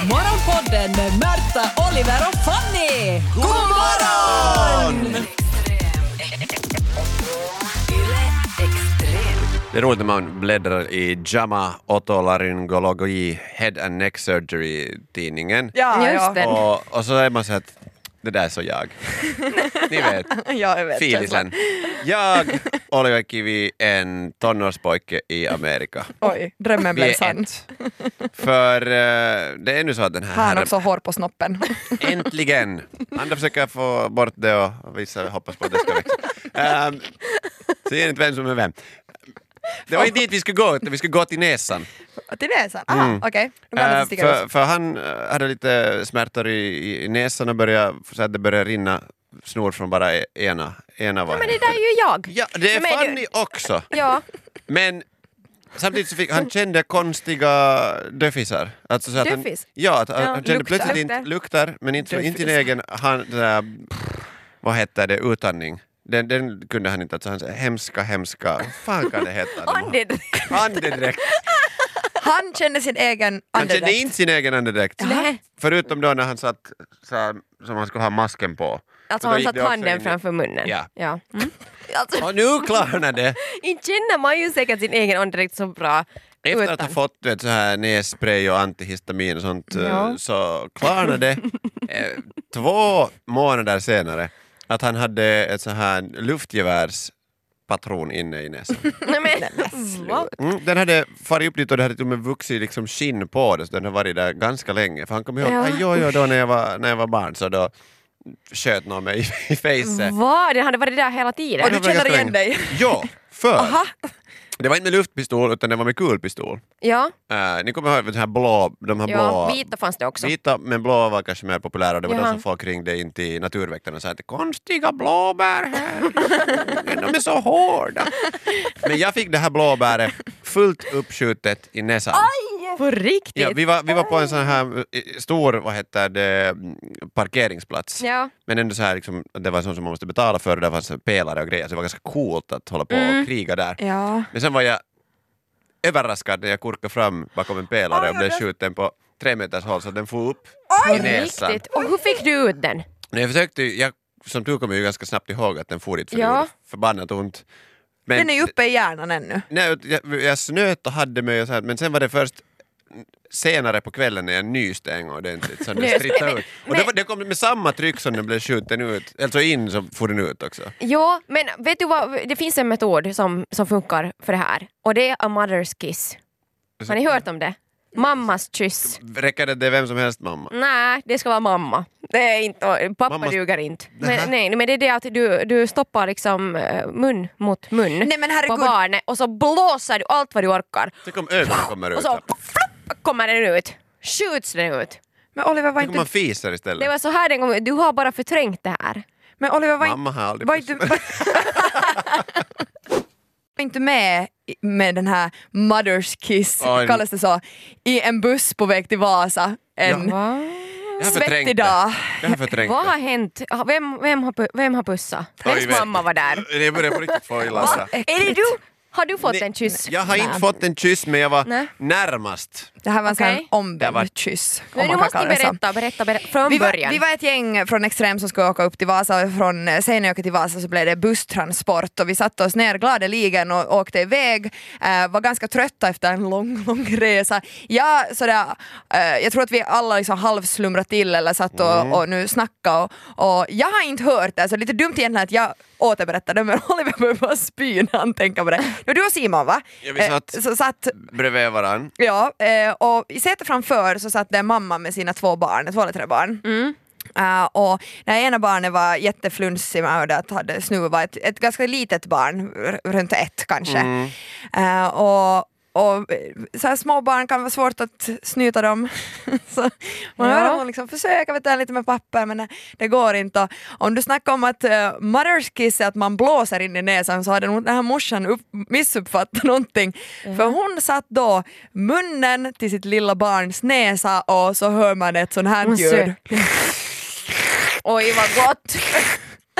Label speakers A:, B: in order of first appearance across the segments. A: Morgonpodden med Märta, Oliver och Fanny! God morgon!
B: Det är roligt när man bläddrar i JAMA Otolaryngology Head and Neck Surgery-tidningen.
C: Ja,
D: Just
C: ja.
D: det.
B: Och, och så är man så att det där är så jag. Ni vet,
C: ja, jag vet. känslan.
B: filisen. Jag, Oliver Kivi, en tonårspojke i Amerika.
C: Oj, drömmen
B: Vi
C: blev
B: är
C: sann.
B: ett. För eh, det är nu så att den här
C: Har han
B: herren
C: också hår på snoppen?
B: Äntligen! Andra försöker få bort det och vissa hoppas på att det ska växa. Ehm, så är det inte vem som är vem. Det var inte dit vi skulle gå, utan vi skulle gå till näsan.
C: Till näsan? Ah, okej. Nu kan det
B: Ehm,
C: inte sticka
B: för,
C: ut.
B: för han eh, hade lite smärtor i, i näsan och började, så att det började rinna snor från bara e- ena. ena var
D: Men det där är ju jag.
B: Ja, det är
D: Men du-
B: Fanny också!
D: Ja,
B: Men samtidigt så fick
D: Mm.
B: han kände konstiga döfisar. Alltså så att
D: Döfis?
B: Han, ja, att han
D: Ja,
B: kände
D: luktar.
B: plötsligt inte luktar, men inte, inte sin egen, han, den där, vad hette det, utandning. Den, den kunde han inte, alltså hans hemska, hemska, vad fan kan det heta?
D: andedräkt.
B: Andedräkt.
C: Han kände sin egen
B: Han kände
C: andedräkt.
B: inte sin egen andedräkt.
D: Nej.
B: Förutom då när han satt så här, som han skulle ha masken på.
D: Alltså
B: Och då
D: han
B: gick
D: satt
B: det också
D: handen
B: in i-
D: framför munnen.
B: Ja.
D: Ja. Mm. Alltså,
B: Och nu klarnar det!
D: inte känner man ju säkert sin egen andedräkt så bra.
B: Efter att
D: utan-
B: ha fått vet, så här nässpray och antihistamin och sånt eh,
D: Ja.
B: så klarnade det eh, två månader senare att han hade ett så här luftgevärspatron inne i näsan.
D: Nej, men, wow.
B: Mm, den hade farit upp dit och det hade till och med vuxit liksom skinn på det så den har varit där ganska länge. För han kom ihåg,
D: Ja.
B: ja. jo, jo, då när jag, var, när jag var barn så då sköt någon mig i- i fejset.
D: Va? Den hade varit där hela tiden.
C: Och du
B: Det var
C: känner
B: ganska
C: igen
B: länge.
C: dig?
B: Ja, för
C: Aha.
B: det var inte med luftpistol utan det var med kulpistol.
D: Ja,
B: Eh, ni kommer ihåg den här blå, de här
D: ja.
B: blå
D: vita fanns det också.
B: Vita men blåa var kanske mer populära, det var
D: Jaha.
B: de som folk ringde in till naturväktarna och sa att konstiga blåbär här, de är så hårda. Men jag fick det här blåbäret fullt uppskjutet i näsan.
D: På riktigt?
B: Ja, vi, var, vi var på en sån här eh, stor vad heter det, mm, parkeringsplats.
D: Ja.
B: Men ändå så här, liksom, det var sånt som man måste betala för, det fanns pelare och grejer, så det var ganska coolt att hålla på och kriga där.
C: Ja.
B: Men sen var jag överraskad när jag kurkade fram bakom en pelare och blev skjuten på tre meters håll så den får upp i
D: På
B: näsan.
D: riktigt? Och hur fick du ut den?
B: Men jag försökte, ju- jag, som tur kom jag ju ganska snabbt ihåg att den for dit för
D: Ja.
B: det gjorde förbannat ont. Men,
C: Den är ju uppe i hjärnan ännu.
B: nej, ut- jag, jag snöt och hade mig och så här, men sen var det först senare på kvällen när jag nyste en gång ordentligt så den
D: Nys.
B: strittade ut. Och det,
D: men-
B: var, det kom med samma tryck som den blev skjuten ut, alltså in så for den ut också.
D: Ja, men vet du vad? Det finns en metod som, som funkar för det här. Och det är a mother's kiss. Har ni hört om det? Mammas kyss.
B: Räcker det, det är vem som helst mamma?
D: Nej, det ska vara mamma. Det är inte, pappa
B: Mammas-
D: duger inte.
B: Nähä.
D: Men, nej, men det är det att du, du stoppar liksom eh, mun mot mun
C: Nej, men
D: på
C: herregud.
D: barnet och så blåser du allt vad du orkar.
B: Tänk om ögonen kommer ut.
D: Och så flopp, kommer den ut. Skjuts den ut.
C: Men Oliver var
B: Tänk om man
C: inte...
B: fiser istället.
D: Det var så här den gången, du har bara förträngt det här.
C: Men Oliver var
B: Mamma
C: inte...
B: har aldrig
C: Var inte, var inte med i- med den här Mother's Kiss,
B: Oj.
C: kallas det så, i en buss på väg till Vasa en
B: Jag har förträngt
C: svettig
B: det.
C: dag.
B: Jag har förträngt
D: Vad har
B: det.
D: hänt? Har- Vem, vem, har, pu- vem har pussat?
B: Oj,
D: Vems
B: vet-
D: mamma var där?
B: Det börjar på riktigt få illa. alltså.
D: Är det du? Har du fått
B: Nej,
D: en kyss?
B: Jag har inte
D: Nej.
B: fått en kyss men jag var
D: Nej.
B: närmast.
C: Det här var en sån här
D: Okej.
B: Det var-
C: omvänd kyss. om
D: Men
C: man
D: nu
C: kan
D: måste ni
C: kalla det så.
D: berätta, berätta, berätta från
C: Vi var,
D: början.
C: vi var ett gäng från Extrem som skulle åka upp till Vasa och från eh, Seinäjoki till Vasa så blev det busstransport och vi satte oss ner gladeligen och åkte iväg. Eh, var ganska trötta efter en lång, lång resa. Jag, sådär, eh, jag tror att vi alla liksom halvslumrade till eller satt och,
B: Mm.
C: och nu snackade och, och jag har inte hört det, så lite dumt egentligen att jag återberättar det men Oliver börjar bara spy när han tänker på det. Nu du och Simon va?
B: Ja, vi satt-
C: Eh, så satt
B: Bredvid varann.
C: Ja, eh, och i sätet framför så satt det en mamma med sina två barn, två eller tre barn. Eh, och det ena barnet var jätteflunsig med hörde att hade snuva, ett, ett ganska litet barn, r- runt ett kanske. Eh, och och eh, så här små barn kan vara svårt att snyta dem. så man
D: Ja.
C: hör hon liksom försöker vet du, lite med papper men det, det går inte. Och om du snackar om att uh, mother's kiss är att man blåser in i näsan så hade nog den här morsan upp, missuppfattat någonting. För hon satt då munnen till sitt lilla barns näsa och så hör man ett sånt här
D: Hon
C: ljud.
D: sökte. Oj vad gott!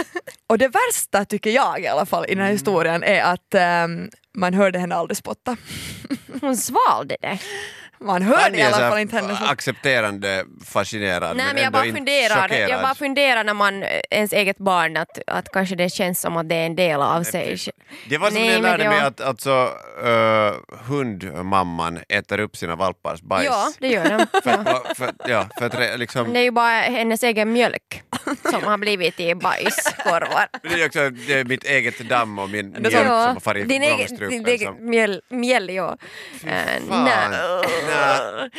C: Och det värsta tycker jag i alla fall i den
B: Mm.
C: här historien är att ehm, man hörde henne aldrig spotta.
D: Hon svalde det.
C: Man hör det i
B: är så
C: alla
B: här
C: fall inte händelsen.
B: alltså, accepterande, fascinerad
D: Nej, men
B: ändå
D: jag bara,
B: inte
D: funderar,
B: chockerad.
D: jag bara funderar när man, eh, ens eget barn, att, att kanske det känns som att det är en del av sig.
B: precis. Det var som
D: Nej,
B: jag
D: men
B: lärde
D: det
B: mig
D: var-
B: att alltså, eh, hundmamman äter upp sina valpars bajs.
D: Ja, det gör de.
B: För, att- för, ja, för att re- liksom...
D: Det är ju bara hennes egen mjölk som har blivit i bajskorvar.
B: Men Det är också det är mitt eget damm och min mjölk som
D: Ja,
B: har farit
D: din
B: från
D: egen, din
B: strupen.
D: egen
B: Som,
D: mjöl, mjöl ja. Eh,
B: fan,
D: nej.
B: nej,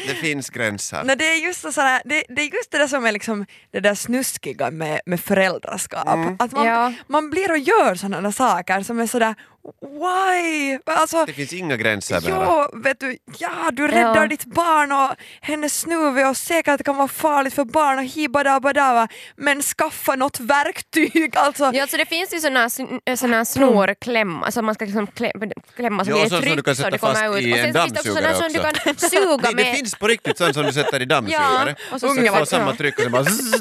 B: det finns gränser.
C: Nej, det, är just så sådär, det, det är just det där som är liksom det där snuskiga med, med föräldraskap.
B: Mm.
C: Att man,
D: Ja.
C: man blir och gör sådana där saker som är sådär why? Alltså,
B: Det finns inga gränser mera.
C: Jo, vet du, ja, du räddar
D: Ja.
C: ditt barn och hennes snuve och säkert kan vara farligt för barn och hibadabadava men skaffa något verktyg alltså.
D: Ja, alltså det finns ju såna, sn- såna snorklämmar som man ska liksom klä- klämma så
B: Ja,
D: det är
B: och sån som du
D: tryck
B: kan
D: så
B: sätta
D: det kommer
B: fast
D: ut.
B: i
D: Och
B: en
D: sen finns det också såna
B: dammsugare
D: som du
B: också.
D: kan suga
B: Nej, det
D: med.
B: finns på riktigt sånt som du sätter i dammsugare.
D: Ja, och så
B: så
D: suger
B: får
D: man.
B: samma tryck och sen bara... zzz.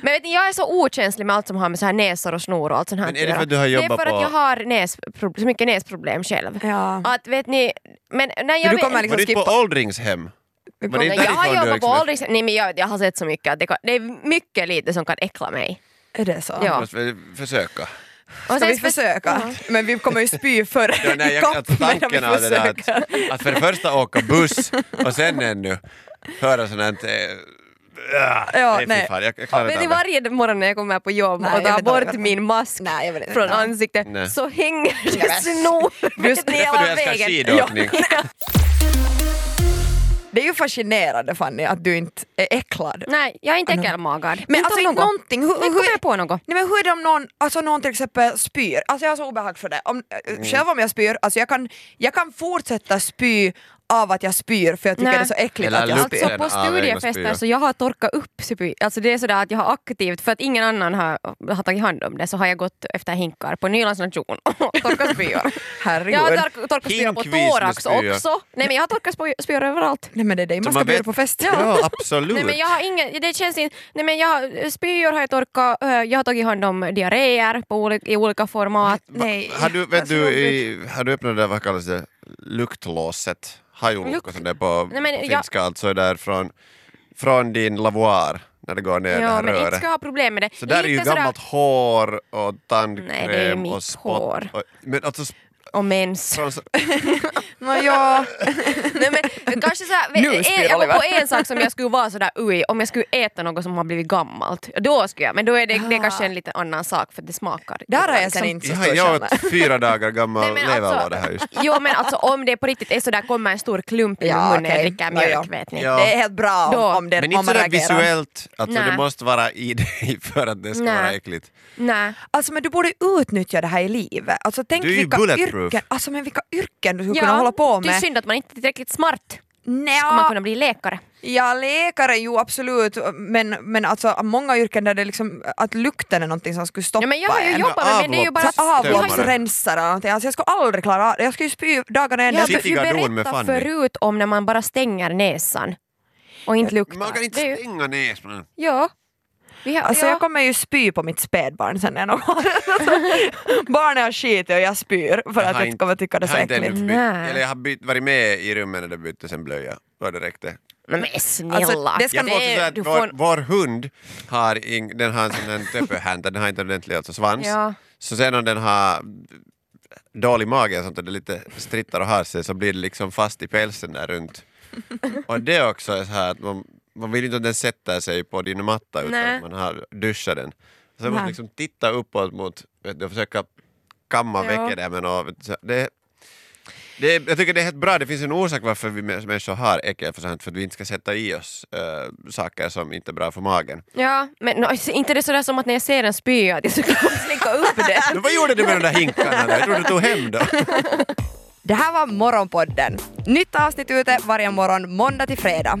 D: Men vet ni, jag är så okänslig med allt som har med så här näsor och snor och allt sånt här
B: Men
D: att
B: är det för
D: göra.
B: att du har jobbat
D: Det är för
B: på-
D: att jag har näspro- så mycket näsproblem själv.
C: Ja.
D: Att vet ni, men när jag
C: Men du
D: vet-
C: kommer liksom
B: Var du inte på
C: skippa.
B: åldringshem? Var det
C: kommer-
B: inte
D: jag
B: därifrån
D: har
B: du
D: jobbat på
B: liksom-
D: åldrings... Nej men jag, jag har sett så mycket att det, kan, det är mycket lite som kan äckla mig.
C: Är det så?
D: Ja.
B: Måste vi försöka.
D: Och
C: Ska
D: sen
C: vi
D: spe-
C: försöka? Men vi kommer ju spy för
B: Ja, nej,
C: i
B: jag,
C: kapp
B: alltså,
C: medan vi
B: tanken av det där
C: försöker.
B: att, att för det första åka buss och sen ännu höra sånt här... eh, ah,
C: Ja,
B: nej,
C: nej.
B: fy fan, jag, jag klarar
D: Vet
B: inte
D: ni
B: av det.
D: varje morgon när jag kommer på jobb
C: Nej,
D: och
C: jag
D: tar
C: vet inte vad
D: bort
C: jag-
D: min mask
C: Nej, jag vet inte.
D: från
C: Nej.
D: ansiktet
B: Nej.
D: så hänger
C: Nej,
D: det
C: men-
D: snor
C: Just-
D: ner
B: Därför du
D: hela
B: älskar
D: vägen.
B: skidåkning.
C: Det är ju fascinerande Fanny att du inte är äcklad.
D: Nej, jag är inte äckelmagad.
C: Men alltså inte någonting. Hur,
D: Men kommer
C: hur,
D: jag på något?
C: Nej men hur är det om någon, alltså någon till exempel spyr? Alltså jag har så obehag för det. Om, mm. Själv om jag spyr, alltså jag kan, jag kan fortsätta spy av att jag spyr för jag tycker
D: Nej.
C: det är så äckligt
B: Eller
C: att jag
B: lukten.
C: spyr.
D: Alltså på
B: av egna spyor.
D: studiefester så jag har torkat upp spy. Alltså det är sådär att jag har aktivt, för att ingen annan har, har tagit hand om det, så har jag gått efter hinkar på Nylands nation och torkat spyor.
C: Herregud.
D: jag har tork- torkat spyor på
B: Hinkvis med
D: thorax
B: spyor.
D: också. Nej men jag har torkat spyor, spyor överallt.
C: Nej men det är det man
B: Så
C: ska
B: man
C: bjuda
B: vet-
C: på fest.
B: Ja, absolut.
D: Nej men jag har ingen, det känns inte, nej men jag har, spyor har jag torkat, eh, jag har tagit hand om diarréer på olika, i olika format.
C: Nej.
B: Har du, vet
C: Alltså,
B: du,
C: jag vet-
B: i, har du öppnat det där, vad kallas det, luktlåset? Hajulukko
D: Lukt-
B: som det är på
D: Nej, men jag-
B: finska, alltså där från, från din lavoir när det går ner det
D: Ja
B: här
D: men inte
B: röret.
D: ska jag ha problem med det.
B: Så där är ju
D: Lite sådär-
B: gammalt hår och
D: Nej, det är
B: tandkräm
D: mitt
B: och spott.
D: hår.
B: Och, men alltså, sp-
D: Och mens.
B: från, så-
C: Nå, ja.
D: Nej, men, kanske så här,
C: Nu spyr
D: en, jag var på
C: Oliver.
D: en sak som jag skulle vara sådär ui, om jag skulle äta något som har blivit gammalt. Då skulle jag, men då är det, det är kanske en lite annan sak för det smakar.
C: Där har jag
D: Liksom.
C: sen inte så
B: jag,
C: stor
B: jag
C: skillnad.
B: åt fyra dagar gammal
D: Nej, men alltså-
B: leverlåda här just.
D: Jo men alltså om det på riktigt är sådär, kommer en stor klump i
C: Ja,
D: munnen när jag
C: okej.
D: dricker
C: Ja,
D: mjölk
C: ja.
D: vet ni.
B: Ja.
C: Det är helt bra om,
D: Då.
C: om, det,
B: Men
C: om
B: inte
C: man
B: sådär
C: reagerar.
B: visuellt, alltså
D: Nej.
B: det måste vara i dig för att det ska
D: Nej.
B: vara äckligt.
D: Nej.
C: Alltså men du borde utnyttja det här i livet. Alltså tänk
B: Du är ju
C: vilka
B: bulletproof.
C: yrken, alltså, men vilka yrken du skulle
D: Ja,
C: kunna hålla på
D: Det är
C: med.
D: synd att man inte är tillräckligt smart. Om man
C: Nja,
D: kunde bli läkare.
C: Ja, läkare jo absolut, men, men alltså många yrken där det liksom, att lukten är någonting som skulle stoppa
D: Ja, men jag har ju
C: en.
D: jobbat med men det är ju bara...
C: Så
B: Avloppstömmare.
D: Jag har ju-
C: avloppsrensare eller någonting, alltså jag skulle aldrig klara av det, jag skulle ju spy dagarna
D: Jag
C: ända.
D: har
B: Sitt i
D: ju
B: garderoben med
D: berättat
B: Fanny.
D: förut om när man bara stänger näsan och inte luktar.
B: Man kan
D: Det är
B: inte
D: ju-
B: stänga näsan.
D: Ja. Vi har,
C: Alltså
D: ja.
C: jag kommer ju spy på mitt spädbarn sen när jag nog har Barnet har skitit och jag spyr för att jag inte kommer tycka det är så
B: har inte
C: äckligt.
B: ännu bytt,
D: Nej.
B: eller jag har bytt, varit med i rummet när det byttes en blöja. Då det räckte.
D: Men snälla!
C: Alltså, det ska
B: Jag
C: Det
B: tror också så
D: är-
B: att
D: du
B: vår,
D: får-
B: vår hund har, ing, den har en sån här töpöhänta, den har inte ordentlig alltså svans.
D: Ja.
B: Så sen om den har dålig mage och sånt och det lite strittar och har sig så blir det liksom fast i pälsen där runt. Och det också är så här att man, man vill inte att den sätter sig på din matta utan
D: Nej.
B: att man har duschat den. Så man
C: Nej.
B: måste liksom titta uppåt mot, vet du, och försöka kamma
D: Ja.
B: väck det men och, vet du, så det, det, jag tycker det är helt bra, det finns en orsak varför vi män- människor har äckel för sånt, för att vi inte ska sätta i oss eh, saker som inte är bra för magen.
D: Ja, men no, alltså, inte det sådär som att när jag ser en spya att jag skulle slicka upp den.
B: Men vad gjorde du med de där hinkarna då? Jag trodde du tog hem dem.
C: Det här var Morgonpodden. Nytt avsnitt ute varje morgon måndag till fredag.